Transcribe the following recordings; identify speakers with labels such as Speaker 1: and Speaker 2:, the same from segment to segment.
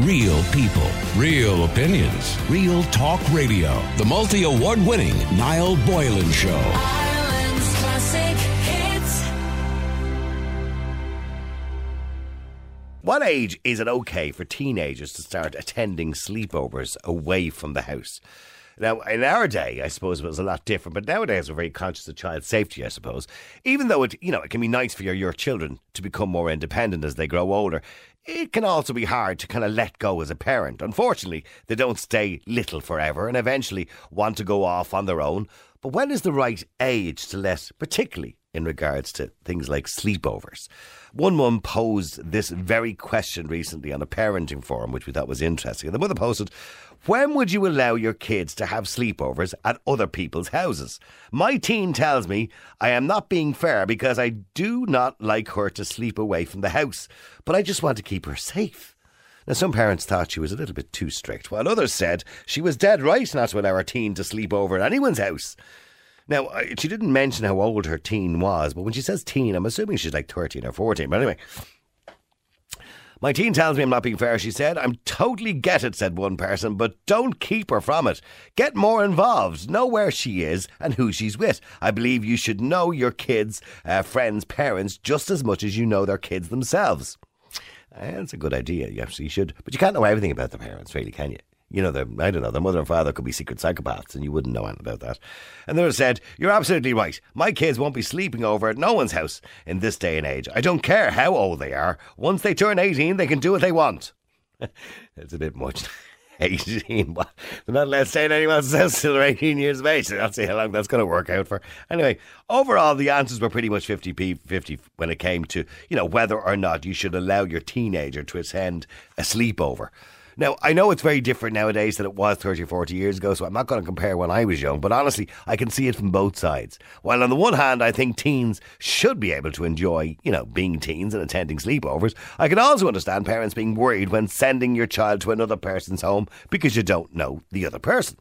Speaker 1: Real people, real opinions, real talk radio. The multi award winning Niall Boylan Show.
Speaker 2: Ireland's classic hits.
Speaker 3: What age is it okay for teenagers to start attending sleepovers away from the house? Now, in our day, I suppose it was a lot different, but nowadays we're very conscious of child safety, I suppose. Even though it, you know, it can be nice for your, your children to become more independent as they grow older, it can also be hard to kind of let go as a parent. Unfortunately, they don't stay little forever and eventually want to go off on their own. But when is the right age to let, particularly in regards to things like sleepovers. One mum posed this very question recently on a parenting forum, which we thought was interesting. And the mother posted, When would you allow your kids to have sleepovers at other people's houses? My teen tells me I am not being fair because I do not like her to sleep away from the house, but I just want to keep her safe. Now, some parents thought she was a little bit too strict, while others said she was dead right not to allow her teen to sleep over at anyone's house. Now, uh, she didn't mention how old her teen was, but when she says teen, I'm assuming she's like 13 or 14. But anyway, my teen tells me I'm not being fair, she said. I'm totally get it, said one person, but don't keep her from it. Get more involved. Know where she is and who she's with. I believe you should know your kids' uh, friends' parents just as much as you know their kids themselves. Eh, That's a good idea. You actually should. But you can't know everything about the parents, really, can you? You know, their, I don't know, their mother and father could be secret psychopaths, and you wouldn't know anything about that. And they said, You're absolutely right. My kids won't be sleeping over at no one's house in this day and age. I don't care how old they are. Once they turn 18, they can do what they want. That's a bit much. 18. Well, they're not allowed to stay in anyone else's house till they're 18 years of age. So I'll see how long that's going to work out for. Anyway, overall, the answers were pretty much 50p 50 when it came to, you know, whether or not you should allow your teenager to attend a sleepover. Now, I know it's very different nowadays than it was 30 or 40 years ago, so I'm not going to compare when I was young, but honestly, I can see it from both sides. While on the one hand, I think teens should be able to enjoy, you know, being teens and attending sleepovers, I can also understand parents being worried when sending your child to another person's home because you don't know the other person.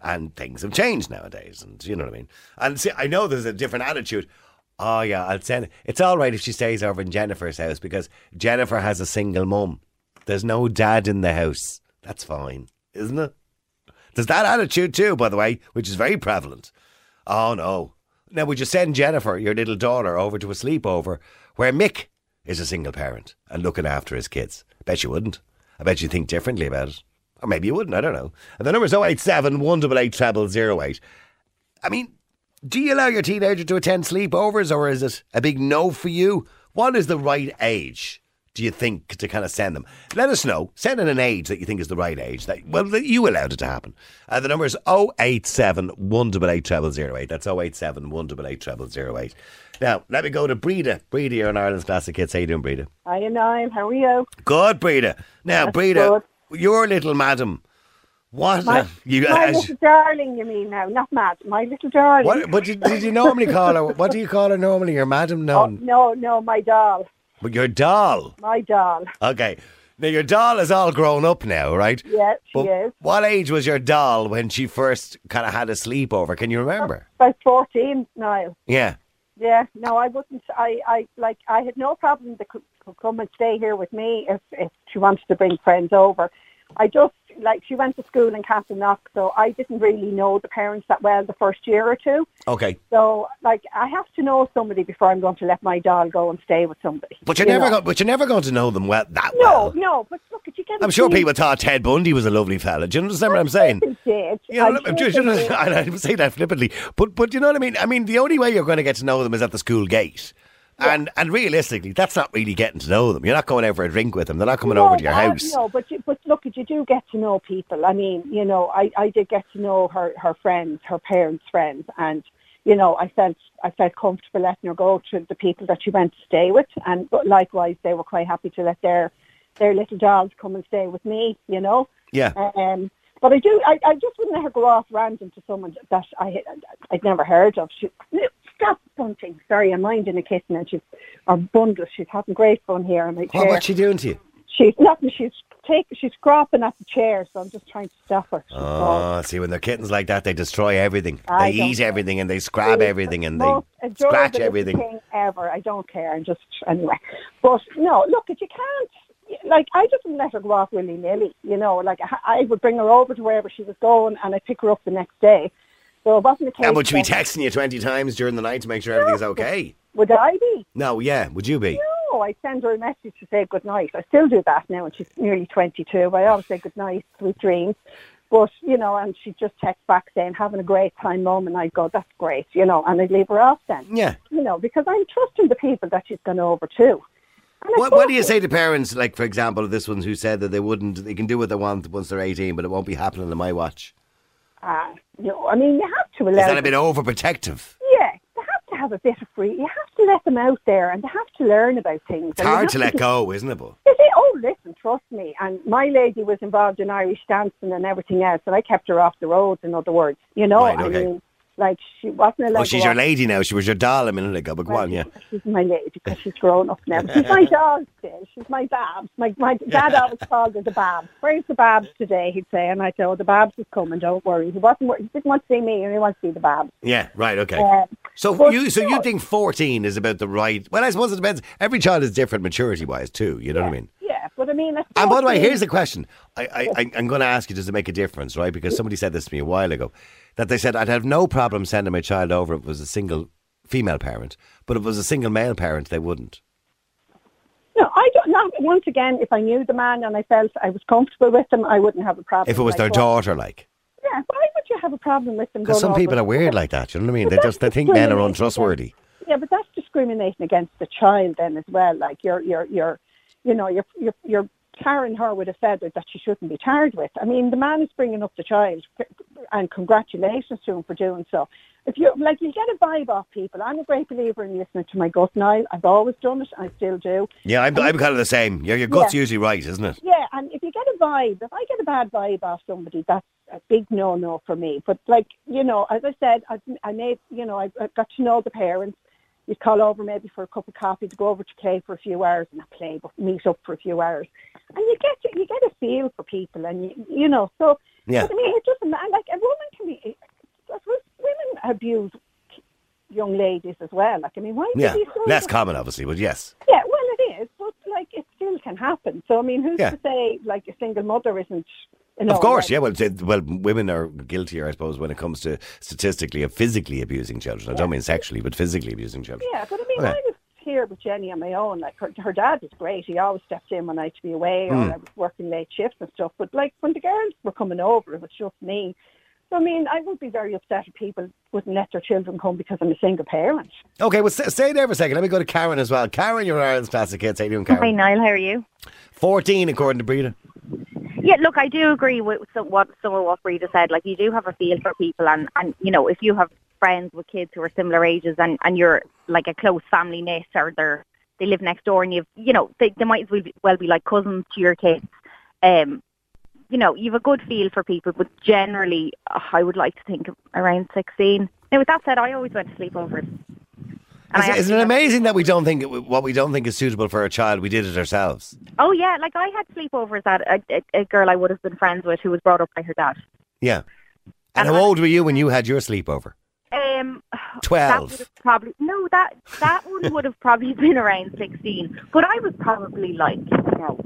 Speaker 3: And things have changed nowadays, and you know what I mean. And see, I know there's a different attitude. Oh, yeah, I'll send. It's all right if she stays over in Jennifer's house because Jennifer has a single mum. There's no dad in the house. That's fine, isn't it? There's that attitude too, by the way, which is very prevalent. Oh no. Now would you send Jennifer, your little daughter, over to a sleepover where Mick is a single parent and looking after his kids? Bet you wouldn't. I bet you think differently about it. Or maybe you wouldn't, I don't know. And the number's 087 188 0008. I mean, do you allow your teenager to attend sleepovers or is it a big no for you? What is the right age? Do you think to kind of send them? Let us know. Send in an age that you think is the right age that well that you allowed it to happen. Uh, the number is 087 188 0008. That's 087 188 0008. Now let me go to Breda. Breda, you're an Ireland's classic kids. How you doing, Breda?
Speaker 4: Hi, and I'm. How are you?
Speaker 3: Good, Breda. Now,
Speaker 4: That's
Speaker 3: Breda, your little madam. What?
Speaker 4: My,
Speaker 3: a- you,
Speaker 4: my
Speaker 3: uh,
Speaker 4: little darling, you mean now? Not mad. My little darling.
Speaker 3: What, what did, did you normally call her? What do you call her normally? Your madam? No.
Speaker 4: Oh, no, no, my doll.
Speaker 3: But your doll.
Speaker 4: My doll.
Speaker 3: Okay. Now, your doll is all grown up now, right?
Speaker 4: Yes, she
Speaker 3: But
Speaker 4: is.
Speaker 3: What age was your doll when she first kind of had a sleepover? Can you remember?
Speaker 4: About 14 now.
Speaker 3: Yeah.
Speaker 4: Yeah, no, I wouldn't. I, I like, I had no problem to c- c- come and stay here with me if, if she wanted to bring friends over. I just, like, she went to school in Castleknock, so I didn't really know the parents that well the first year or two.
Speaker 3: Okay.
Speaker 4: So, like, I have to know somebody before I'm going to let my doll go and stay with somebody.
Speaker 3: But you're
Speaker 4: you
Speaker 3: never, go,
Speaker 4: know.
Speaker 3: but you're never going to know them well that
Speaker 4: No,
Speaker 3: well.
Speaker 4: no, but look, you get.
Speaker 3: I'm sure people thought Ted Bundy was a lovely fella. Do you understand what I'm saying?
Speaker 4: Did.
Speaker 3: You know, I'm just, I I say that flippantly, but but you know what I mean. I mean, the only way you're going to get to know them is at the school gate, and and realistically, that's not really getting to know them. You're not going out for a drink with them. They're not coming over to your
Speaker 4: I-
Speaker 3: house.
Speaker 4: No, but you, but look, you do get to know people. I mean, you know, I, I did get to know her her friends, her parents' friends, and you know, I felt I felt comfortable letting her go to the people that she went to stay with, and but likewise, they were quite happy to let their their little dolls come and stay with me. You know.
Speaker 3: Yeah.
Speaker 4: Um, but I do. I, I just wouldn't let her go off random to someone that I I'd never heard of. She, stop bunting. Sorry, I'm minding a kitten, and she's our bundle. She's having great fun here in my chair.
Speaker 3: What, what's she doing to you?
Speaker 4: She's nothing. She's take. She's cropping at the chair, so I'm just trying to stop her. She's all-
Speaker 3: Oh, see, when they're kittens like that, they destroy everything.
Speaker 4: I
Speaker 3: they
Speaker 4: don't
Speaker 3: eat
Speaker 4: know.
Speaker 3: everything and they scrab everything and they
Speaker 4: Most adorable
Speaker 3: scratch
Speaker 4: little
Speaker 3: everything.
Speaker 4: Thing ever. I don't care. I'm just anyway. But no, look, you can't. like I just let her go off willy nilly, you know. Like I, I would bring her over to wherever she was going, and I would pick her up the next day. So it wasn't a case.
Speaker 3: How much we
Speaker 4: that-
Speaker 3: texting you 20 times during the night to make sure everything's okay?
Speaker 4: Would I be?
Speaker 3: No, yeah, would you be?
Speaker 4: No, I send her a message to say good night. I still do that now, and she's nearly twenty-two. But I always say good night, sweet dreams. But you know, and she just texts back saying having a great time, mom, and I would go that's great, you know, and I'd leave her off then.
Speaker 3: Yeah.
Speaker 4: You know, because I'm trusting the people that she's gone over to. And I
Speaker 3: What, what do
Speaker 4: trust
Speaker 3: you
Speaker 4: them.
Speaker 3: say to parents, like, for example, of this one who said that they wouldn't, they can do what they want once they're 18, but it won't be happening on my watch?
Speaker 4: Ah, you know, I mean, you have to
Speaker 3: Is
Speaker 4: allow.
Speaker 3: that a
Speaker 4: them-
Speaker 3: bit overprotective?
Speaker 4: Yeah, you have to have a bit of free. You have to let them out there, and they have to learn about things.
Speaker 3: It's hard to let go, isn't it? But
Speaker 4: They say, oh, listen, trust me. And my lady was involved in Irish dancing and everything else, and I kept her off the roads. In other words, you know,
Speaker 3: Right, okay.
Speaker 4: I mean, like she wasn't allowed.
Speaker 3: Oh,
Speaker 4: to
Speaker 3: she's
Speaker 4: go
Speaker 3: your
Speaker 4: off
Speaker 3: lady now. She was your doll a minute ago, but
Speaker 4: the
Speaker 3: go on,
Speaker 4: roads.
Speaker 3: yeah.
Speaker 4: She's my lady because she's grown up now. She's my dog. Still. She's my Babs. My my dad always called her the Babs. Where's the Babs today? He'd say, and I'd say, oh, the Babs is coming. Don't worry. He wasn't. wor- He didn't want to see me, and he wanted to see the Babs.
Speaker 3: Yeah, right, okay.
Speaker 4: Um,
Speaker 3: so
Speaker 4: but
Speaker 3: you so you
Speaker 4: still-
Speaker 3: think 14 is about the right. Well, I suppose it depends. Every child is different maturity wise, too. You know what I mean?
Speaker 4: Yeah, but I mean, I
Speaker 3: And by the way,
Speaker 4: suppose-
Speaker 3: here's the question. I, I, I- I'm going to ask you, does it make a difference, right? Because somebody said this to me a while ago that they said, I'd have no problem sending my child over if it was a single female parent, but if it was a single male parent, they wouldn't.
Speaker 4: No, I don't. Not once again. If I knew the man and I felt I was comfortable with him, I wouldn't have a problem.
Speaker 3: If it was
Speaker 4: Like,
Speaker 3: their
Speaker 4: well,
Speaker 3: daughter, like.
Speaker 4: Yeah, why would you have a problem with them?
Speaker 3: Because
Speaker 4: going
Speaker 3: some
Speaker 4: over
Speaker 3: people
Speaker 4: it?
Speaker 3: are weird like that, you know what I mean? They
Speaker 4: But
Speaker 3: just they
Speaker 4: that's
Speaker 3: think men are
Speaker 4: discriminating
Speaker 3: untrustworthy.
Speaker 4: against- Yeah, but that's discriminating against the child then as well. Like you're, you're, you're, you know, you're, you're, you're tarring her with a feather that she shouldn't be tarred with. I mean, the man is bringing up the child, and congratulations to him for doing so. If you like, you get a vibe off people. I'm a great believer in listening to my gut now. I've always done it. I still do.
Speaker 3: Yeah, I'm, I'm kind of the same. Your, your gut's
Speaker 4: Yeah.
Speaker 3: usually right, isn't it?
Speaker 4: Yeah, and if you get a vibe, if I get a bad vibe off somebody, that's a big no-no for me. But like you know, as I said, I, I made you know I, I got to know the parents. You'd call over maybe for a cup of coffee to go over to play for a few hours, not play, but meet up for a few hours, and you get you get a feel for people, and you you know. So
Speaker 3: Yeah.
Speaker 4: but I mean, it doesn't matter. Like a woman can be, I suppose women abuse young ladies as well. Like I mean, why? would
Speaker 3: Yeah.
Speaker 4: you say
Speaker 3: Less
Speaker 4: that?
Speaker 3: common, obviously, but yes.
Speaker 4: Yeah, well, it is, but like it still can happen. So I mean, who's
Speaker 3: Yeah.
Speaker 4: to say like a single mother isn't? You know,
Speaker 3: of course,
Speaker 4: like-
Speaker 3: yeah. Well, t- well, women are guiltier, I suppose, when it comes to statistically of physically abusing children. I don't mean sexually, but physically abusing children.
Speaker 4: Yeah, but I mean,
Speaker 3: Okay.
Speaker 4: I was here with Jenny on my own. Like her, her dad was great. He always stepped in when I had to be away
Speaker 3: Hmm.
Speaker 4: or I was working late shifts and stuff. But like when the girls were coming over, it was just me. So I mean, I would be very upset if people wouldn't let their children come because I'm a single parent.
Speaker 3: Okay, well, st- stay there for a second. Let me go to Karen as well. Karen, you're Ireland's classic kids. How you doing, Karen?
Speaker 5: Hi, Niall. How are you?
Speaker 3: 14, according to Breda.
Speaker 5: Yeah, look, I do agree with some, what some of what Rita said. Like, you do have a feel for people, and and you know, if you have friends with kids who are similar ages, and and you're like a close family knit, or they're they live next door, and you've you know, they they might as well be, well be like cousins to your kids. Um, you know, you've a good feel for people, but generally, uh, I would like to think around sixteen. Now, with that said, I always went to sleepovers. And I
Speaker 3: Isn't, isn't
Speaker 5: actually-
Speaker 3: it amazing that we don't think what we don't think is suitable for a child, we did it ourselves?
Speaker 5: Oh yeah, like I had sleepovers at a, a, a girl I would have been friends with who was brought up by her dad.
Speaker 3: Yeah. And
Speaker 5: And
Speaker 3: how
Speaker 5: I-
Speaker 3: old were you when you had your sleepover?
Speaker 5: Um, That would
Speaker 3: 12.
Speaker 5: have probably no. That that one would have probably been around sixteen, but I was probably like you know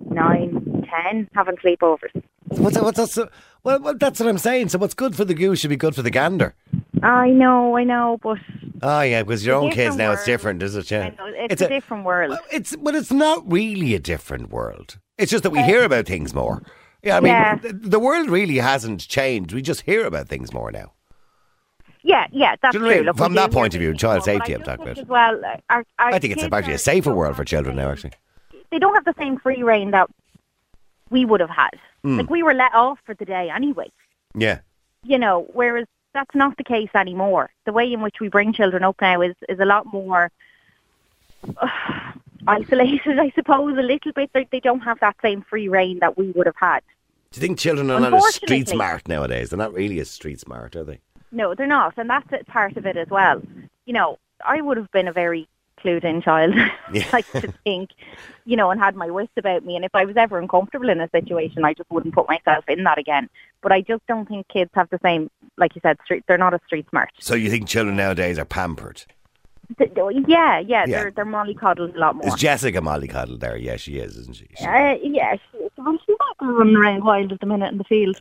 Speaker 5: nine, ten, having sleepovers.
Speaker 3: What's, what's, what's, well, well, that's what I'm saying. So, what's good for the goose should be good for the gander.
Speaker 5: I know, I know, but
Speaker 3: Oh, yeah, because your
Speaker 5: It's a
Speaker 3: own kids
Speaker 5: different
Speaker 3: now, it's
Speaker 5: world.
Speaker 3: different, is it? Yeah.
Speaker 5: I know, it's, a, different world.
Speaker 3: Well, It's but it's not really a different world. It's just that we hear about things more. Yeah, I mean,
Speaker 5: Yeah.
Speaker 3: th- the world really hasn't changed. We just hear about things more now.
Speaker 5: Yeah, yeah, that's
Speaker 3: Do you know what I
Speaker 5: true.
Speaker 3: mean?
Speaker 5: Look,
Speaker 3: From
Speaker 5: we
Speaker 3: that
Speaker 5: do hear
Speaker 3: point of view,
Speaker 5: things
Speaker 3: child
Speaker 5: more, but
Speaker 3: safety,
Speaker 5: I
Speaker 3: I'm
Speaker 5: do
Speaker 3: talking
Speaker 5: think
Speaker 3: about.
Speaker 5: As well, uh, our, our
Speaker 3: I think it's
Speaker 5: kids
Speaker 3: actually a
Speaker 5: are
Speaker 3: safer
Speaker 5: so
Speaker 3: world for children now, actually.
Speaker 5: They don't have the same free reign that we would have had.
Speaker 3: Hmm.
Speaker 5: Like we were let off for the day anyway.
Speaker 3: Yeah.
Speaker 5: you know, whereas that's not the case anymore. The way in which we bring children up now is, is a lot more isolated, I suppose, a little bit. They, they don't have that same free reign that we would have had.
Speaker 3: Do you think children are not as street
Speaker 5: Unfortunately.
Speaker 3: smart nowadays? They're not really as street smart, are they?
Speaker 5: No, they're not. And that's it, part of it as well. You know, I would have been a very clued in child,
Speaker 3: Yeah.
Speaker 5: like to think, you know, and had my wits about me. And if I was ever uncomfortable in a situation, I just wouldn't put myself in that again. But I just don't think kids have the same, like you said, street, they're not as street smart.
Speaker 3: So you think children nowadays are pampered?
Speaker 5: th- yeah, yeah, they're they're mollycoddled a lot more.
Speaker 3: Is Jessica mollycoddled there? Yeah, she is, isn't she? She-
Speaker 5: Uh, yeah, she, well, she's not running around wild at the minute in the field.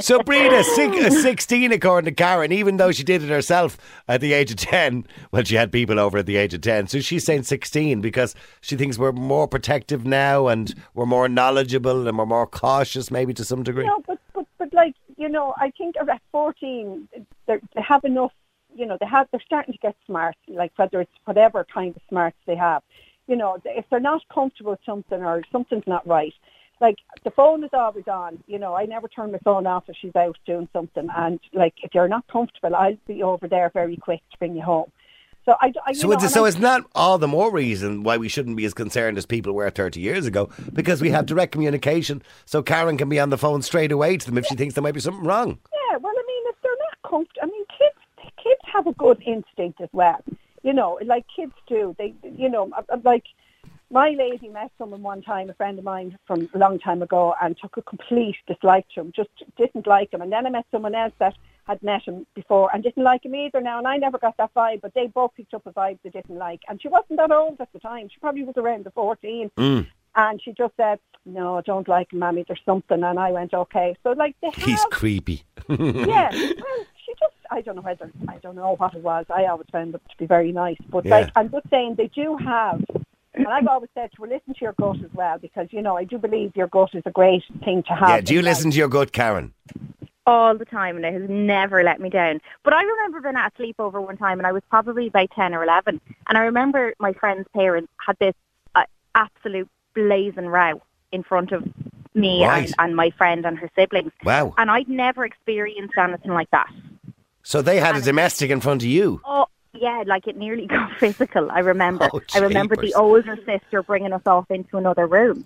Speaker 3: So Brina, six, uh, 16 according to Karen, even though she did it herself at the age of 10, well, she had people over at the age of 10. So she's saying 16 because she thinks we're more protective now and we're more knowledgeable and we're more cautious maybe to some degree.
Speaker 4: No, but, but but like you know, I think at fourteen, they're- they have enough. You know, they have they're starting to get smart. Like whether it's whatever kind of smarts they have, you know, th- if they're not comfortable with something or something's not right, like the phone is always on. You know, I never turn my phone off if she's out doing something. And like if you're not comfortable, I'll be over there very quick to bring you home. So I, d- I- you
Speaker 3: So,
Speaker 4: know,
Speaker 3: it's,
Speaker 4: and
Speaker 3: so
Speaker 4: I-
Speaker 3: it's not all the more reason why we shouldn't be as concerned as people were 30 years ago because we have direct communication. So Karen can be on the phone straight away to them if she thinks there might be something wrong.
Speaker 4: Yeah, well, I mean, if they're not comfortable, I mean, kids kids have a good instinct as well. You know, like kids do. They, you know, I- I'm like my lady met someone one time, a friend of mine from a long time ago, and took a complete dislike to him. Just didn't like him. And then I met someone else that had met him before and didn't like him either. Now, and I never got that vibe, but they both picked up a vibe they didn't like. And she wasn't that old at the time. She probably was around the fourteen. And she just said, "No, I don't like him, mammy. There's something." And I went, "Okay." So like they
Speaker 3: He's
Speaker 4: have
Speaker 3: creepy.
Speaker 4: yeah. Well, she just, I don't know whether, I don't know what it was. I always found them to be very nice. But
Speaker 3: Yeah.
Speaker 4: like, I'm just saying they do have, and I've always said to her, listen to your gut as well, because, you know, I do believe your gut is a great thing to have.
Speaker 3: Yeah, do you
Speaker 4: in life.
Speaker 3: listen to your gut, Karen?
Speaker 5: all the time and it has never let me down. But I remember being at a sleepover one time and I was probably about 10 or 11 and I remember my friend's parents had this uh, absolute blazing row in front of me
Speaker 3: Right.
Speaker 5: and, and my friend and her siblings.
Speaker 3: Wow.
Speaker 5: And I'd never experienced anything like that.
Speaker 3: So they had a domestic in front of you.
Speaker 5: Oh, yeah, like it nearly got physical. I remember.
Speaker 3: Oh,
Speaker 5: I remember the
Speaker 3: jeepers.
Speaker 5: older sister bringing us off into another room.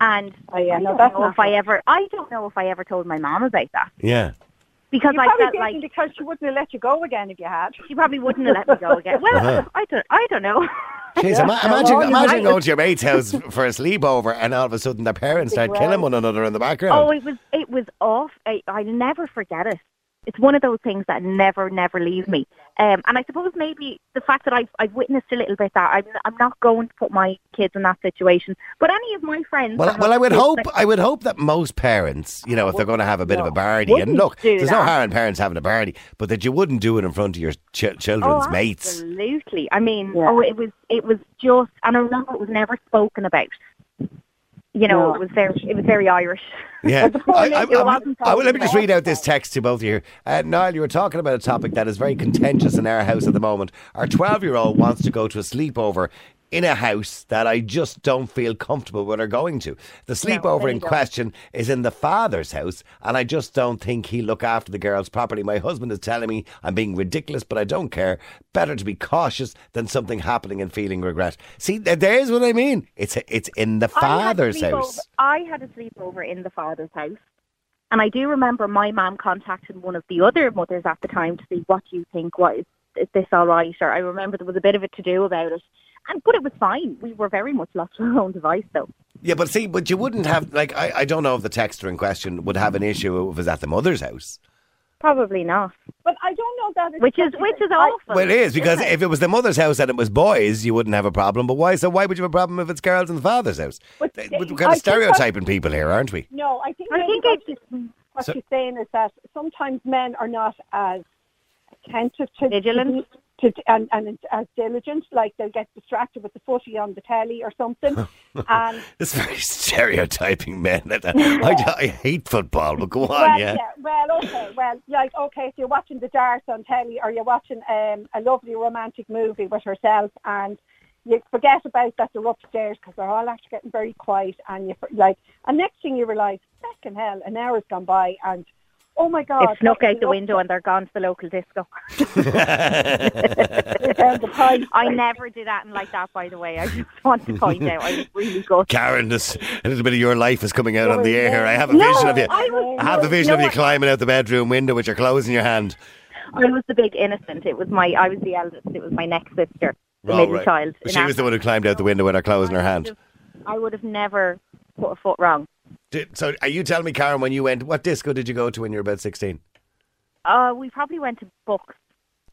Speaker 5: And
Speaker 4: Oh, yeah,
Speaker 5: I
Speaker 4: no,
Speaker 5: don't
Speaker 4: that's
Speaker 5: know
Speaker 4: not
Speaker 5: if I
Speaker 4: good.
Speaker 5: ever, I don't know if I ever told my mom about that
Speaker 3: Yeah.
Speaker 5: because
Speaker 4: You
Speaker 5: I
Speaker 4: probably
Speaker 5: felt
Speaker 4: didn't
Speaker 5: like
Speaker 4: because she wouldn't have let you go again if you had.
Speaker 5: she probably wouldn't have let me go again. Well,
Speaker 3: Uh-huh.
Speaker 5: I don't, I don't know.
Speaker 3: Jeez, ima-
Speaker 4: well,
Speaker 3: imagine,
Speaker 4: you
Speaker 3: imagine
Speaker 4: might-
Speaker 3: going to your mate's house for a sleepover and all of a sudden their parents start killing one another in the
Speaker 5: oh,
Speaker 3: background.
Speaker 5: it was, it was off. I, I'll never forget it. It's one of those things that never, never leave me. Um, and I suppose maybe the fact that I've, I've witnessed a little bit that I'm, I'm not going to put my kids in that situation. But any of my friends, that
Speaker 3: well,
Speaker 5: have
Speaker 3: well, I would
Speaker 5: kids
Speaker 3: hope
Speaker 5: that-
Speaker 3: I would hope that most parents, you know, if they're going to have a bit of a
Speaker 5: no,
Speaker 3: party, and
Speaker 5: wouldn't
Speaker 3: look,
Speaker 5: do
Speaker 3: there's no
Speaker 5: that.
Speaker 3: harm in parents having a party, but that you wouldn't do it in front of your ch- children's
Speaker 5: oh,
Speaker 3: mates.
Speaker 5: Absolutely. I mean,
Speaker 4: Yeah.
Speaker 5: oh, it was, it was just, and I remember it was never spoken about. You know,
Speaker 4: No.
Speaker 5: it was very, it was very Irish.
Speaker 3: Yeah. I, I,
Speaker 4: lady
Speaker 3: I-
Speaker 4: wasn't
Speaker 3: I- well, let me
Speaker 4: talking
Speaker 3: just
Speaker 4: about
Speaker 3: read out this text to both of you. Uh, Niall, you were talking about a topic that is very contentious in our house at the moment. Our 12 year old wants to go to a sleepover in a house that I just don't feel comfortable with her going to. The sleepover in question is in the father's house, and I just don't think he'll look after the girls properly. My husband is telling me I'm being ridiculous, but I don't care. Better to be cautious than something happening and feeling regret. See, th- there's what I mean. It's, it's in the father's
Speaker 5: I had a
Speaker 3: house.
Speaker 5: sleepover- I had a sleepover in the father's house. And I do remember my mum contacted one of the other mothers at the time to see what do you think, what is, is this all right? Or I remember there was a bit of a to do about it. And but it was fine. We were very much left to our own device though.
Speaker 3: Yeah, but see, but you wouldn't have like I, I don't know if the texter in question would have an issue if it was at the mother's house.
Speaker 5: Probably not.
Speaker 4: But I don't know that it's
Speaker 5: Which is which is awful.
Speaker 3: Well, it is because if it was the mother's house and it was boys, you wouldn't have a problem. But why? So why would you have a problem if it's girls in the father's house?
Speaker 4: But
Speaker 3: They-
Speaker 4: they-
Speaker 3: We're
Speaker 4: I
Speaker 3: kind of
Speaker 4: think that's-
Speaker 3: stereotyping people here, aren't we?
Speaker 4: No, I think
Speaker 5: I
Speaker 4: maybe
Speaker 5: think
Speaker 4: what,
Speaker 5: I
Speaker 4: she's, what
Speaker 3: So-
Speaker 4: she's saying is that sometimes men are not as attentive to
Speaker 5: Vigilant.
Speaker 4: to, to and, and as diligent. Like they'll get distracted with the footy on the telly or something. and
Speaker 3: It's very stereotyping men. I, I hate football, but go on,
Speaker 4: well,
Speaker 3: yeah.
Speaker 4: well, okay, well, like okay, if you're watching the darts on telly or you're watching um, a lovely romantic movie with herself and. You forget about that they're upstairs because they're all actually getting very quiet, and you f- like, and next thing you realise, second hell, an hour's gone by, and oh my god,
Speaker 5: It snuck
Speaker 4: that
Speaker 5: out the
Speaker 4: love
Speaker 5: window and they're gone to the local disco.
Speaker 4: is down the pipe.
Speaker 5: I never did anything like that, by the way. I just want to point out I was really good.
Speaker 3: Karen, this a little bit of your life is coming out on the air here. I have a
Speaker 4: Oh,
Speaker 5: No,
Speaker 3: vision of you.
Speaker 5: I was-
Speaker 3: I have the vision
Speaker 5: no,
Speaker 3: of you
Speaker 5: I-
Speaker 3: climbing out the bedroom window with your clothes in your hand.
Speaker 5: I was the big innocent. It was my I was the eldest. It was my next sister, the
Speaker 3: Oh,
Speaker 5: middle
Speaker 3: right.
Speaker 5: child.
Speaker 3: But
Speaker 5: in
Speaker 3: She was the one who climbed out the window with her clothes in her hand.
Speaker 5: Africa. I would have never put a foot wrong.
Speaker 3: Did, so are you telling me, Karen, when you went, what disco did you go to when you were about 16?
Speaker 5: Uh, we probably went to books.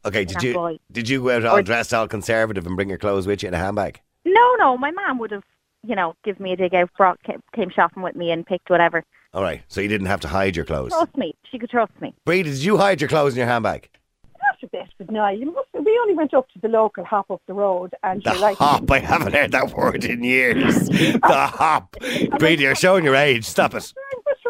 Speaker 3: Okay, did
Speaker 5: that
Speaker 3: you
Speaker 5: boy.
Speaker 3: did you go out all
Speaker 5: Or-
Speaker 3: dressed all conservative and bring your clothes with you in a handbag?
Speaker 5: No, no, my mom would have, you know, give me a dig out, brought ca- came shopping with me and picked whatever.
Speaker 3: All right, so you didn't have to hide your clothes.
Speaker 5: Trust me, she could trust me.
Speaker 3: Bree, did you hide your clothes in your handbag?
Speaker 4: Not a bit, but no, you must, we only went up to the local hop up the road and
Speaker 3: The
Speaker 4: she like
Speaker 3: hop. I haven't heard that word in years. the hop. Bree, you're showing your age. Stop it.
Speaker 4: I'm, just-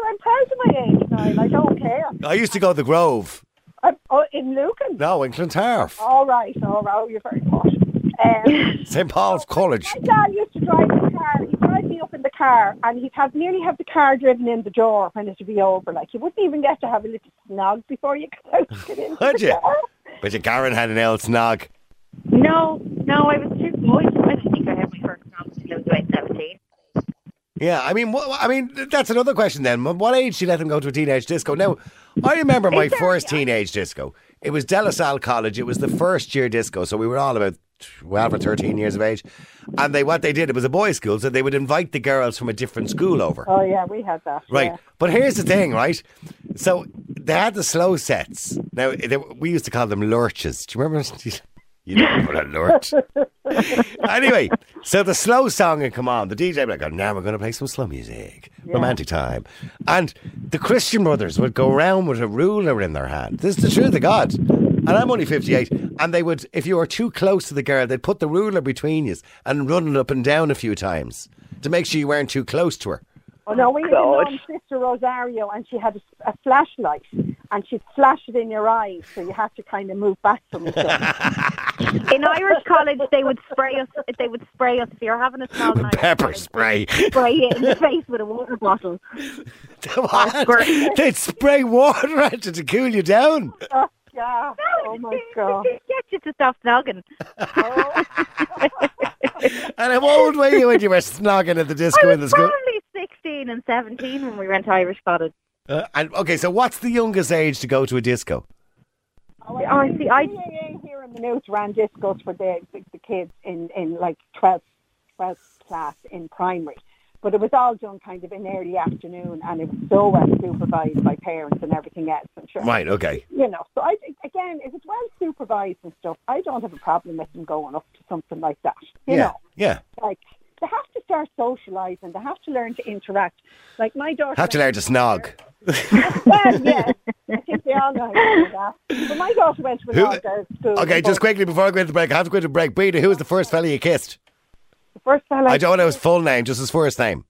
Speaker 4: I'm proud of my age, Niall. I don't care.
Speaker 3: I used to go to the Grove.
Speaker 4: I'm, oh, in Lucan.
Speaker 3: No, in Clontarf.
Speaker 4: All right, all right. Oh, You're very posh. Um,
Speaker 3: St. Paul's College.
Speaker 4: my dad used to drive the car. He'd drive me up in the car, and he'd have nearly have the car driven in the door when it'd be over. Like you wouldn't even get to have a little snog before you could out and get in.
Speaker 3: Would you?
Speaker 4: Car.
Speaker 3: But your Garen had an L snog.
Speaker 5: No, no, I was too boys. I think I had my first job when I was about seventeen.
Speaker 3: Yeah, I mean, wha- I mean, th- that's another question then. Wh- What age did you let them go to a teenage disco? Now, I remember my first teenage disco. It was De La Salle College. It was the first year disco, so we were all about twelve or thirteen years of age. And they, what they did, it was a boys' school, so they would invite the girls from a different school over.
Speaker 4: Oh yeah, we had that.
Speaker 3: Right.
Speaker 4: yeah.
Speaker 3: But here's the thing, right? So they had the slow sets. Now, they, we used to call them lurches. Do you remember? You know what a lurch. anyway, so the slow song had come on. The DJ would go, now we're going to play some slow music. Romantic time. And the Christian Brothers would go around with a ruler in their hand. This is the truth of God. And I'm only 58. And they would, if you were too close to the girl, they'd put the ruler between you and run it up and down a few times to make sure you weren't too close to her.
Speaker 4: Oh no, we had a long sister Rosario, and she had a, s- a flashlight, and she'd flash it in your eyes, so you had to kind of move back from each other.
Speaker 5: In Irish college, they would spray us. They would spray us if you're having a small night.
Speaker 3: Pepper spray.
Speaker 5: Spray it in the face with a water bottle.
Speaker 3: What?
Speaker 5: great.
Speaker 3: They'd spray water at you to cool you down.
Speaker 4: yeah. Oh my god.
Speaker 5: Get you to stop snogging.
Speaker 4: Oh,
Speaker 3: And how old were you when you were snogging at the disco
Speaker 5: I
Speaker 3: in the
Speaker 5: was
Speaker 3: school?
Speaker 5: probably sixteen and seventeen when we went to Irish college.
Speaker 3: Uh, and okay, so what's the youngest age to go to a disco?
Speaker 4: oh,
Speaker 5: I see, I-
Speaker 4: CAA here in the news ran discos for the, the, the kids in, in like 12th, 12th class in primary. But it was all done kind of in early afternoon and it was so well supervised by parents and everything else. I'm sure.
Speaker 3: Right, okay.
Speaker 4: You know, so I think, again, if it's well supervised and stuff, I don't have a problem with them going up to something like that. You
Speaker 3: yeah,
Speaker 4: know,
Speaker 3: yeah.
Speaker 4: like they have to start socialising, they have to learn to interact. Like my daughter.
Speaker 3: Have to learn to snog.
Speaker 4: Well, yes. I think they all know how to do that. But my daughter went to an
Speaker 3: Who-
Speaker 4: all-girls school.
Speaker 3: Okay, just quickly before I go into break, I have to go into break. Breda, who was the first fella you kissed?
Speaker 4: The first fella,
Speaker 3: I don't know his full name, just his first name.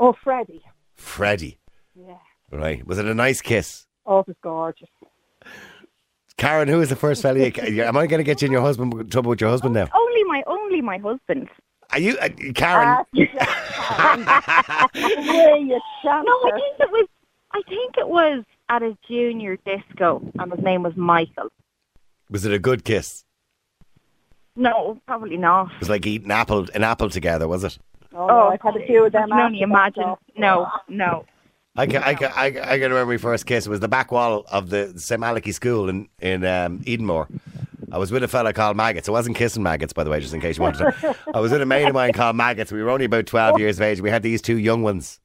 Speaker 4: oh, Freddie.
Speaker 3: Freddie.
Speaker 4: Yeah.
Speaker 3: Right. Was it a nice kiss?
Speaker 4: Oh, it was gorgeous.
Speaker 3: Karen, who was the first fella you ki- Am I going to get you in your husband trouble with your husband now?
Speaker 5: Only my, only my husband.
Speaker 3: Are you, uh, Karen?
Speaker 4: Ah, yeah. Way you
Speaker 5: No, I
Speaker 4: chancer.
Speaker 5: think it was. I think it was at a junior disco, and his name was Michael.
Speaker 3: Was it a good kiss?
Speaker 5: No, probably not.
Speaker 3: It was like eating apple an apple together, was it?
Speaker 4: Oh, no, I've had a few of
Speaker 5: I
Speaker 4: them.
Speaker 5: can only
Speaker 4: after that,
Speaker 5: imagine.
Speaker 4: though.
Speaker 5: No, no.
Speaker 3: I can, I, can, I, can, I can remember my first kiss. It was the back wall of the St. Malachy School in, in um, Edenmore. I was with a fella called Maggots. I wasn't kissing Maggots, by the way, just in case you wanted to. I was with a mate of mine called Maggots. We were only about 12 years of age. We had these two young ones.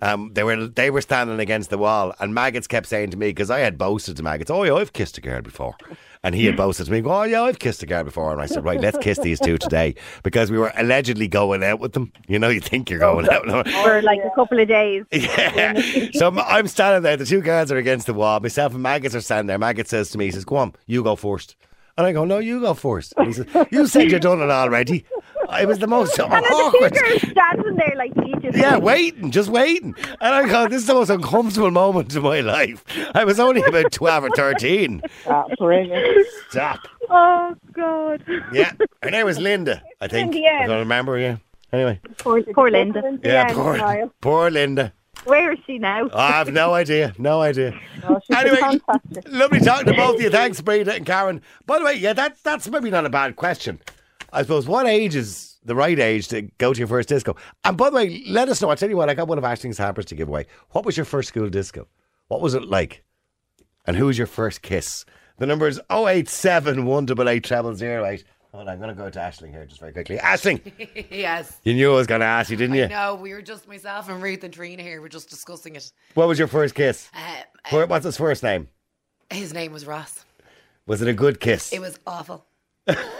Speaker 3: Um, they were they were standing against the wall, and Maggots kept saying to me, because I had boasted to Maggots, oh, yeah, I've kissed a girl before. And he had boasted to me, oh, yeah, I've kissed a girl before. And I said, right, let's kiss these two today, because we were allegedly going out with them. You know, you think you're going out.
Speaker 5: For like a couple of days.
Speaker 3: Yeah. so I'm, I'm standing there. The two guards are against the wall. Myself and Maggots are standing there. Maggot says to me, he says, Go on, you go first. And I go, No, you go first. And he says, You said you'd done it already. It was the most
Speaker 5: The
Speaker 3: awkward.
Speaker 5: two girls standing there like teachers.
Speaker 3: Oh, Yeah, waiting, just waiting. And I go, This is the most uncomfortable moment of my life. I was only about 12 or 13.
Speaker 4: Ah, brilliant.
Speaker 3: Stop.
Speaker 5: Oh God.
Speaker 3: Yeah. Her name was Linda, I think.
Speaker 4: Linda, yeah.
Speaker 3: I don't remember, yeah. Anyway.
Speaker 5: Poor, poor Linda.
Speaker 3: Yeah,
Speaker 4: Yeah,
Speaker 3: poor,
Speaker 4: Niall.
Speaker 3: poor Linda.
Speaker 5: Where is she now?
Speaker 3: I have no idea. No idea.
Speaker 4: Oh, she's
Speaker 3: Anyway,
Speaker 4: fantastic.
Speaker 3: lovely talking to both of you. Thanks, Breda and Karen. By the way, yeah, that's that's maybe not a bad question. I suppose what age is the right age to go to your first disco? And by the way, let us know. I tell you what, I got one of Ashley's hampers to give away. What was your first school disco? What was it like? And who was your first kiss? The number is 087 188 0008. Hold on, I'm going to go to Ashling here just very quickly. Ashling,
Speaker 6: yes.
Speaker 3: you knew I was going to ask you, didn't you?
Speaker 6: No, we were just myself and Ruth and Trina here. We're just discussing it.
Speaker 3: What was your first kiss?
Speaker 6: Uh, uh,
Speaker 3: Where- What's his first name?
Speaker 6: his name was Ross.
Speaker 3: Was it a good kiss?
Speaker 6: It was awful.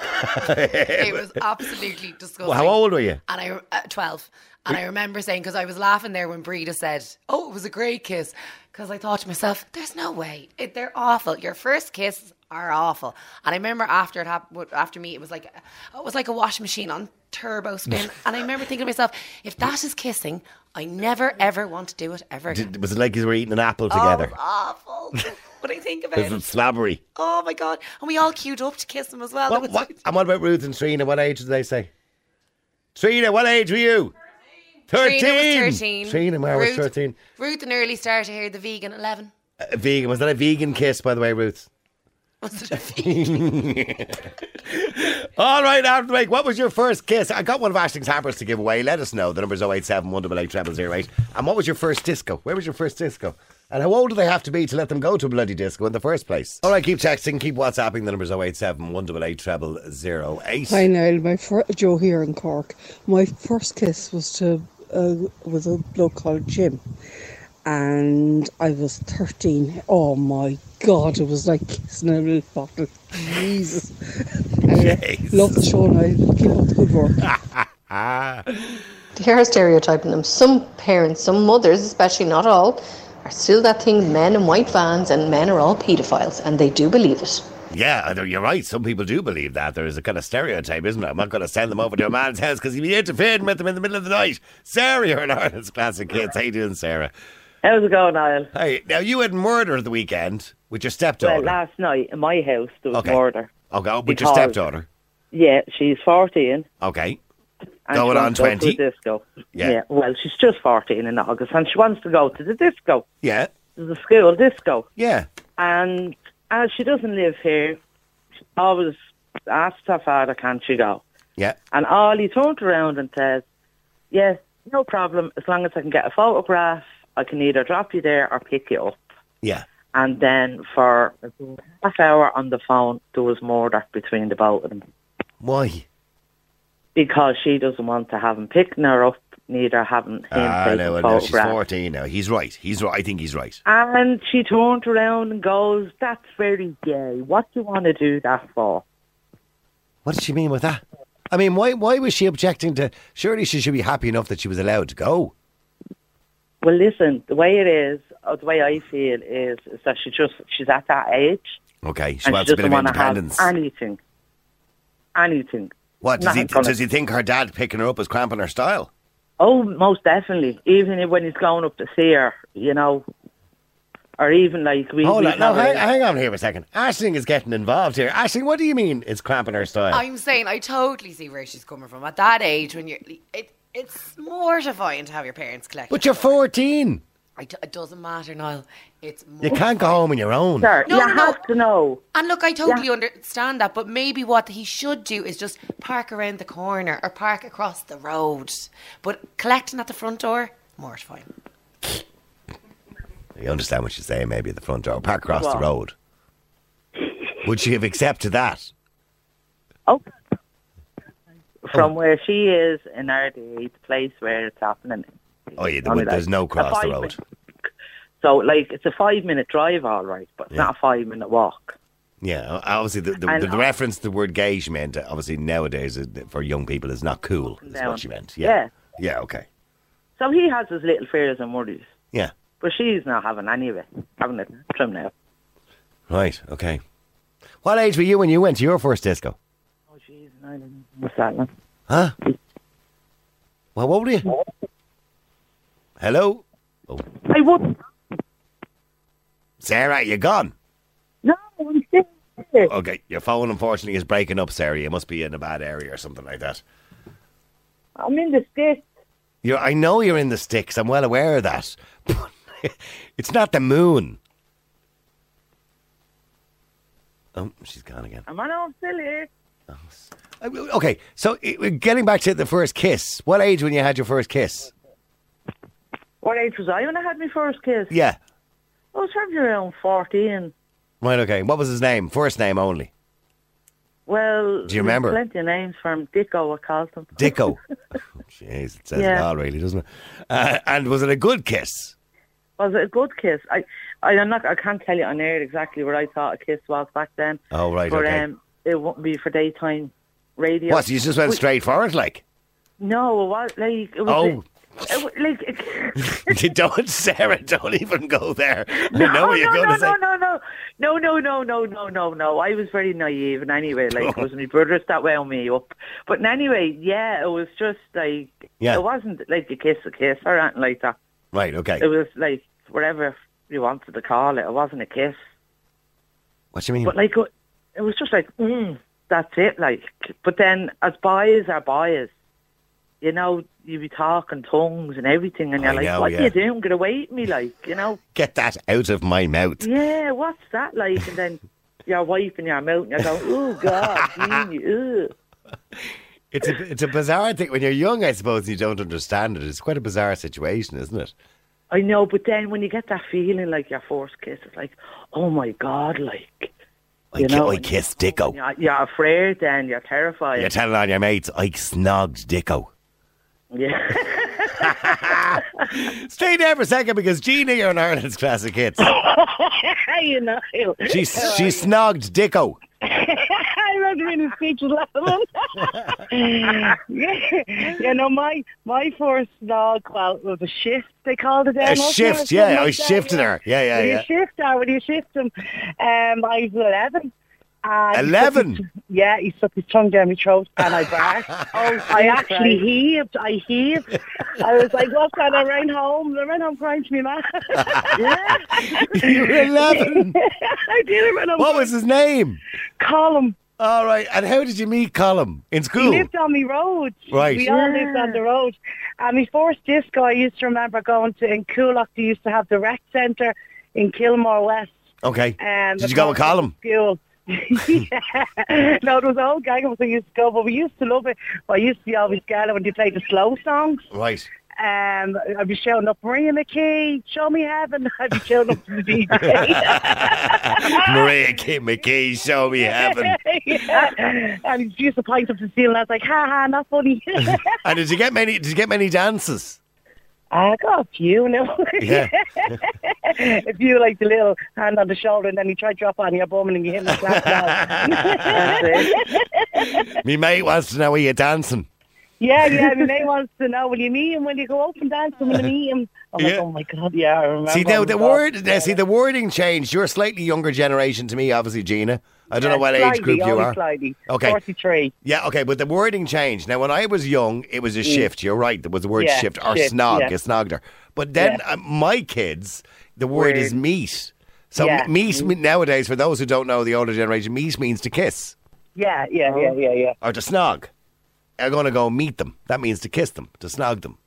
Speaker 6: it was absolutely disgusting.
Speaker 3: Well, how old were you?
Speaker 6: And I uh, twelve, and I remember saying because I was laughing there when Breda said, "Oh, it was a great kiss," because I thought to myself, "There's no way it, they're awful. Your first kisses are awful." And I remember after it happened, after me, it was like oh, it was like a washing machine on turbo spin, and I remember thinking to myself, "If that is kissing, I never ever want to do it ever again."
Speaker 3: Did, was it like you were eating an apple
Speaker 6: Oh, it
Speaker 3: together?
Speaker 6: was awful. what do you think about
Speaker 3: It
Speaker 6: it?
Speaker 3: was slobbery.
Speaker 6: Oh my god! And we all queued up to kiss him as well. That
Speaker 3: What,
Speaker 6: was-
Speaker 3: what, and what about Ruth and Trina? What age did they say? Trina, what age were you? 13.
Speaker 6: Trina was 13.
Speaker 3: Trina Mara was 13.
Speaker 6: Ruth, an early starter here, the vegan 11.
Speaker 3: A vegan. Was that a vegan kiss, by the way, Ruth?
Speaker 6: Was it a vegan?
Speaker 3: All right, after the break, what was your first kiss? I got one of Ashling's hampers to give away. Let us know. The number's 087 188 0008. And what was your first disco? Where was your first disco? And how old do they have to be to let them go to a bloody disco in the first place? All right, keep texting, keep WhatsApping. The number's 087 188
Speaker 7: Hi
Speaker 3: 0008.
Speaker 7: Niall, my fir- Joe here in Cork. My first kiss was to uh, was a bloke called Jim, and I was thirteen. Oh my God, it was like kissing a milk bottle. Jesus, anyway,
Speaker 3: Jesus.
Speaker 7: love the show, Niall. Keep up the good work.
Speaker 8: They are stereotyping them. Some parents, some mothers, especially not all, are still that thing men in white vans and men are all paedophiles and they do believe it.
Speaker 3: Yeah, I know you're right. Some people do believe that. There is a kind of stereotype, isn't there? I'm not going to send them over to a man's house because he'd be interfering with them in the middle of the night. Sarah, you're an Ireland's classic kids. How you doing, Sarah?
Speaker 4: How's it going, Niall?
Speaker 3: Hey, now you had murder at the weekend with your stepdaughter.
Speaker 4: Well, last night in my house there was
Speaker 3: Okay.
Speaker 4: murder.
Speaker 3: Okay, with your
Speaker 4: Because-
Speaker 3: stepdaughter.
Speaker 4: Yeah, she's fourteen.
Speaker 3: Okay.
Speaker 4: And
Speaker 3: Going
Speaker 4: she
Speaker 3: on
Speaker 4: wants to go to
Speaker 3: 20.
Speaker 4: the disco.
Speaker 3: Yeah.
Speaker 4: Well, she's just fourteen in August, and she wants to go to the disco,
Speaker 3: Yeah.
Speaker 4: to the school disco.
Speaker 3: Yeah.
Speaker 4: And as she doesn't live here, she always asks her father, "Can she go?"
Speaker 3: Yeah.
Speaker 4: And all he turns around and says, "Yes, no problem. As long as I can get a photograph, I can either drop you there or pick you up."
Speaker 3: Yeah.
Speaker 4: And then for a good half hour on the phone, there was murder between the both of them.
Speaker 3: Why?
Speaker 4: because she doesn't want to have him picking her up, neither having him
Speaker 3: Ah,
Speaker 4: take
Speaker 3: no,
Speaker 4: a
Speaker 3: no, she's
Speaker 4: photograph.
Speaker 3: 14 now. He's right. He's right. I think he's right.
Speaker 4: And she turned around and goes, "That's very gay. What do you want to do that for?"
Speaker 3: What did she mean with that? I mean, why why was she objecting to. Surely she should be happy enough that she was allowed to go.
Speaker 4: Well, listen, the way it is, or the way I feel is, is that she just she's at that age
Speaker 3: Okay. She
Speaker 4: and
Speaker 3: wants
Speaker 4: she
Speaker 3: a bit
Speaker 4: doesn't
Speaker 3: of
Speaker 4: want to have
Speaker 3: independence.
Speaker 4: anything, anything.
Speaker 3: What does he,
Speaker 4: Nothing gonna-
Speaker 3: does he think her dad picking her up is cramping her style?
Speaker 4: Oh, most definitely. Even if- when he's going up to see her, you know, or even like we.
Speaker 3: Hold
Speaker 4: we
Speaker 3: on, no,
Speaker 4: never-
Speaker 3: Oh, hang, hang on here for a second. Ashling is getting involved here. Ashling, what do you mean it's cramping her style?
Speaker 6: I'm saying I totally see where she's coming from. At that age, when you're. It, it's mortifying to have your parents collect.
Speaker 3: but you're 14.
Speaker 6: I d- it doesn't matter, Niall. It's more.
Speaker 3: You can't go home on your own.
Speaker 4: Sir,
Speaker 6: No,
Speaker 4: you
Speaker 6: no, no.
Speaker 4: have to know.
Speaker 6: And look, I totally understand that, but maybe what he should do is just park around the corner or park across the road. But collecting at the front door, mortifying.
Speaker 3: You understand what she's saying, maybe at the front door. Park across the road. Would she have accepted that?
Speaker 4: Oh. From where she is in our day, the place where it's happening.
Speaker 3: Oh, yeah, there
Speaker 4: Only
Speaker 3: would- there's no
Speaker 4: a
Speaker 3: cross the
Speaker 4: five
Speaker 3: road.
Speaker 4: minute- So, like, it's a five minute drive, all right, but it's not a five minute walk.
Speaker 3: Yeah, o- obviously, the, the,
Speaker 4: And
Speaker 3: the,
Speaker 4: I-
Speaker 3: reference to the word gay she meant, uh, obviously, nowadays is- for young people is not cool, is
Speaker 4: Down.
Speaker 3: what she meant. Yeah. yeah. okay.
Speaker 4: So he has his little fears and worries,
Speaker 3: Yeah,
Speaker 4: but she's not having any of it, having it trim now.
Speaker 3: right, okay. What age were you when you went to your first disco?
Speaker 4: Oh, jeez, I don't know. What's that one?
Speaker 3: Huh? Well, what were you? Hello?
Speaker 4: I would.
Speaker 3: Sarah, you gone.
Speaker 4: No, I'm still here.
Speaker 3: Okay, your phone unfortunately is breaking up, Sarah. You must be in a bad area or something like that.
Speaker 4: I'm in the skit.
Speaker 3: You're, I know you're in the sticks. I'm well aware of that. But it's not the moon. Oh, she's gone again.
Speaker 4: Am I not still here?
Speaker 3: Uh, Okay, so uh, getting back to the first kiss. What age when you had your first kiss?
Speaker 4: What age was I when I had my first kiss?
Speaker 3: Yeah.
Speaker 4: I was probably around 14.
Speaker 3: Right, okay. What was his name? First name only.
Speaker 4: Well,
Speaker 3: Do you remember?
Speaker 4: there's Plenty of names from Dicko, I called him.
Speaker 3: Dicko. Jeez, it says it
Speaker 4: Yeah.
Speaker 3: all, really, doesn't it? Uh, and was it a good kiss?
Speaker 4: Was it a good kiss? I I, I'm not. I can't tell you on air exactly where I thought a kiss was back then.
Speaker 3: Oh, right,
Speaker 4: But
Speaker 3: okay.
Speaker 4: um, it wouldn't be for daytime radio.
Speaker 3: What? You just went
Speaker 4: We-
Speaker 3: straight for it, like?
Speaker 4: No, it was like it was.
Speaker 3: Oh.
Speaker 4: it was like it-
Speaker 3: You don't, Sarah. Don't even go there. I
Speaker 4: No,
Speaker 3: know what you're
Speaker 4: Oh, no,
Speaker 3: going
Speaker 4: no,
Speaker 3: to say.
Speaker 4: no, no, no, no, no, no, no, no, no, no. I was very naive, and anyway, like it was my brothers that wound me up. But anyway, yeah, it was just like
Speaker 3: Yeah.
Speaker 4: it wasn't like a kiss, a kiss, or anything like that.
Speaker 3: Right. Okay.
Speaker 4: It was like whatever you wanted to call it. It wasn't a kiss,
Speaker 3: What do you mean?
Speaker 4: but like it- it was just like mm, that's it. Like, but then as boys are boys, you know, you be talking tongues and everything, and
Speaker 3: I
Speaker 4: you're like,
Speaker 3: know,
Speaker 4: what
Speaker 3: yeah.
Speaker 4: are you doing? Get away from me, like, you know.
Speaker 3: Get that out of my mouth.
Speaker 4: Yeah, what's that like? And then you're wiping your mouth and you're going, oh, God, gee, ugh."
Speaker 3: It's a, it's a bizarre thing. When you're young, I suppose, and you don't understand it, it's quite a bizarre situation, isn't it?
Speaker 4: I know, but then when you get that feeling like your first kiss, it's like, oh, my God, like,
Speaker 3: I,
Speaker 4: You
Speaker 3: ki-
Speaker 4: know,
Speaker 3: I kissed Dicko.
Speaker 4: you're, you're afraid then,
Speaker 3: You're
Speaker 4: you're terrified.
Speaker 3: telling on your mates, I snogged Dicko.
Speaker 4: Yeah.
Speaker 3: Stay there for a second because Jeannie on Ireland's Classic Hits.
Speaker 5: you know,
Speaker 3: She, she snogged Dicko.
Speaker 5: I was really speechless last one. yeah, you know, my my first dog, well, it was a shift, they called it.
Speaker 3: A shift, yeah. I shifted her. Yeah, yeah,
Speaker 5: Will
Speaker 3: yeah.
Speaker 5: you shift her? Will you shift him? Um, I was 11. and he
Speaker 3: 11?
Speaker 5: stuck his- Yeah, he stuck his tongue down my throat and I barked. oh, I actually heaved. I heaved. I was like, what's that? I ran home. I ran home crying to me, man. yeah,
Speaker 3: You were 11.
Speaker 5: I did. I ran home.
Speaker 3: What was his name?
Speaker 5: Column.
Speaker 3: All right. And how did you meet Colum? In
Speaker 5: He
Speaker 3: school?
Speaker 5: lived on the road.
Speaker 3: Right.
Speaker 5: We all lived on the road. And my first disco, I used to remember going to, in Coolock, they used to have the rec centre in Kilmore West.
Speaker 3: Okay.
Speaker 5: Um,
Speaker 3: Did you go with Colum?
Speaker 5: School. yeah. No, it was all gang of us who used to go, but we used to love it. I used to be always gala when they played the slow songs.
Speaker 3: Right.
Speaker 5: Um, I'd be shouting up, Maria McKee, show me heaven. I'd be shouting up to the DJ.
Speaker 3: Maria Kay McKee, show me heaven.
Speaker 5: yeah. And he used to point up to the ceiling. I was like, ha ha, not funny.
Speaker 3: And did you get many did you get many dances?
Speaker 5: I got a few now.
Speaker 3: Yeah.
Speaker 5: if you like the little hand on the shoulder and then you try to drop on your bum and then you hit the slap down.
Speaker 3: Me mate wants to know where you're dancing.
Speaker 5: yeah, yeah, my mate wants to know, will you meet him? Will you go up and dance and will you meet him? I'm
Speaker 3: Yeah.
Speaker 5: like, oh my God, yeah, I remember.
Speaker 3: See
Speaker 5: I
Speaker 3: now
Speaker 5: was
Speaker 3: the
Speaker 5: all-
Speaker 3: word now, see the wording changed. You're a slightly younger generation to me, obviously, Gina. I don't know what
Speaker 5: slightly,
Speaker 3: age group you
Speaker 5: only
Speaker 3: are.
Speaker 5: Slightly.
Speaker 3: Okay.
Speaker 5: 43.
Speaker 3: Yeah, okay, but the wording changed. Now, when I was young, it was a shift. You're right. There was the word
Speaker 5: Mm. Yeah,
Speaker 3: shift or
Speaker 5: shift,
Speaker 3: snog.
Speaker 5: yeah.
Speaker 3: You snogged her. But then uh, my kids, the word is meet. So
Speaker 5: Yeah. Mm.
Speaker 3: meet me- nowadays, for those who don't know the older generation, meet means to kiss
Speaker 5: Yeah, yeah, yeah, yeah, yeah.
Speaker 3: or to snog. I'm going to go meet them. That means to kiss them, to snog them.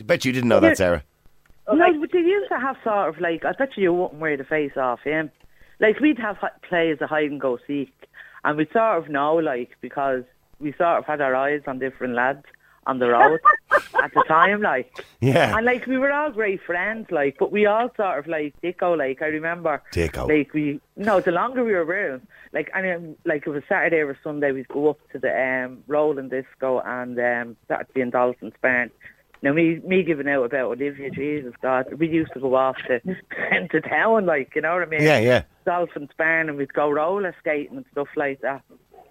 Speaker 3: I bet you didn't know that, Sarah.
Speaker 4: no, but they used to have sort of like, I bet you you wouldn't wear the face off him. Like, we'd have hi- play as a hide and go seek. And we sort of know, like, because we sort of had our eyes on different lads on the road at the time, like.
Speaker 3: Yeah.
Speaker 4: And like we were all great friends, like, but we all sort of like Dicko. Like I remember,
Speaker 3: Dicko.
Speaker 4: Like we, no, the longer we were with him, like, and um, like if it was Saturday or Sunday, we'd go up to the um, Rolling Disco and um, that'd be in Dalton's Barn. Now me, me giving out about Olivia, Jesus God, we used to go off to into town, like you know what I mean?
Speaker 3: Yeah, yeah.
Speaker 4: Dolphin's Barn, and we'd go roller skating and stuff like that.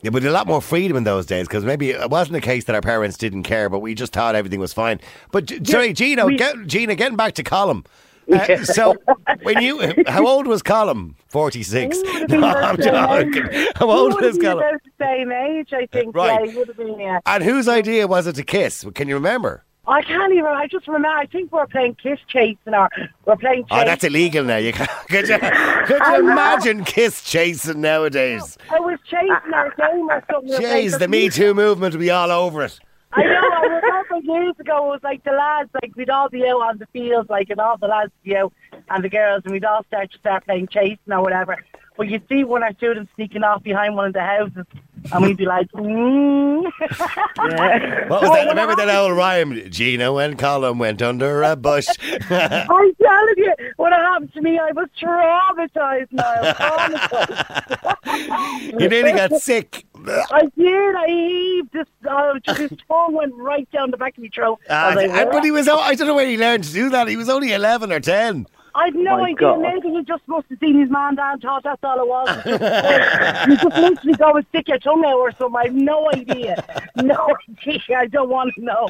Speaker 3: Yeah, but a lot more freedom in those days because maybe it wasn't a case that our parents didn't care, but we just thought everything was fine. But G- sorry, Gino, get, Gina, getting back to Colum. Uh, so, when you, how old was Colum? Forty six.
Speaker 5: He would've been
Speaker 3: No,
Speaker 5: about
Speaker 3: I'm
Speaker 5: the same
Speaker 3: joking.
Speaker 5: age.
Speaker 3: How old
Speaker 5: He would've
Speaker 3: was
Speaker 5: been
Speaker 3: Colum?
Speaker 5: about the same age, I think.
Speaker 3: Right.
Speaker 5: Yeah, he would have been, yeah.
Speaker 3: And whose idea was it to kiss? Can you remember?
Speaker 5: I can't even, I just remember, I think we we're playing kiss chasing or we're playing chase.
Speaker 3: Oh, that's illegal now. You can't, could you, could you imagine kiss chasing nowadays?
Speaker 5: I was chasing our game or something. We were playing
Speaker 3: Jeez, the Me Too movement would be all over it.
Speaker 5: I know. I remember years ago, it was like the lads, like we'd all be out on the field, like and all the lads would be out and the girls, and we'd all start to start playing chasing or whatever. But you'd see one or two of them sneaking off behind one of the houses, and we'd be like, mm.
Speaker 3: What was that? Remember that old rhyme? Gino and Colum went under a bush. uh,
Speaker 5: I'm telling you, what happened to me, I was traumatized now. Traumatized.
Speaker 3: You nearly got sick.
Speaker 5: I did. I heaved this.
Speaker 4: Oh,
Speaker 5: Uh, just his tongue went right down the back of my throat.
Speaker 3: Ah,
Speaker 5: I was like,
Speaker 3: and- but he was, o- I don't know where he learned to do that. He was only 11 or 10.
Speaker 4: I've no
Speaker 5: My
Speaker 4: idea.
Speaker 5: God.
Speaker 4: Maybe he just must have seen his man down, thought that's all it was. you just literally go and stick your tongue out or something. I've no idea. No idea. I don't want to know.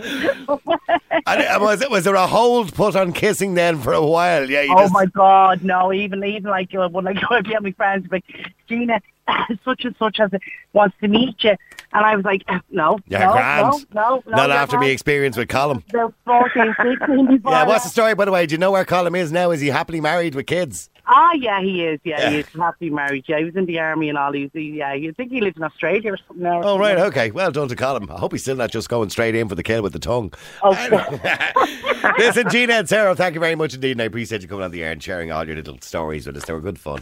Speaker 3: And, uh, was, was there a hold put on kissing then for a while? Yeah, you
Speaker 4: oh
Speaker 3: just,
Speaker 4: my god, no! Even even like uh, when I go out with my friends, like Gina, such and such has wants to meet you, and I was like, eh, no,
Speaker 3: Yeah,
Speaker 4: no, no,
Speaker 3: grand.
Speaker 4: no, no,
Speaker 3: not
Speaker 4: you're
Speaker 3: after
Speaker 4: grand.
Speaker 3: me experience with Colin.
Speaker 4: They're 14, 16 before
Speaker 3: Yeah,
Speaker 4: that.
Speaker 3: what's the story, by the way? Do you know where Colin is now? Is he happily married with kids?
Speaker 4: Ah, yeah, he is. Yeah, he
Speaker 3: Yeah.
Speaker 4: is happy married. Yeah, he was in the army and all. He's, he, yeah, he- I think he lives in Australia or something now. or
Speaker 3: Oh, right,
Speaker 4: something.
Speaker 3: okay. Well done to Colin. I hope he's still not just going straight in for the kill with the tongue.
Speaker 4: Oh,
Speaker 3: Listen, Gina and Sarah, thank you very much indeed. And I appreciate you coming on the air and sharing all your little stories with us. They were good fun.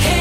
Speaker 2: hits.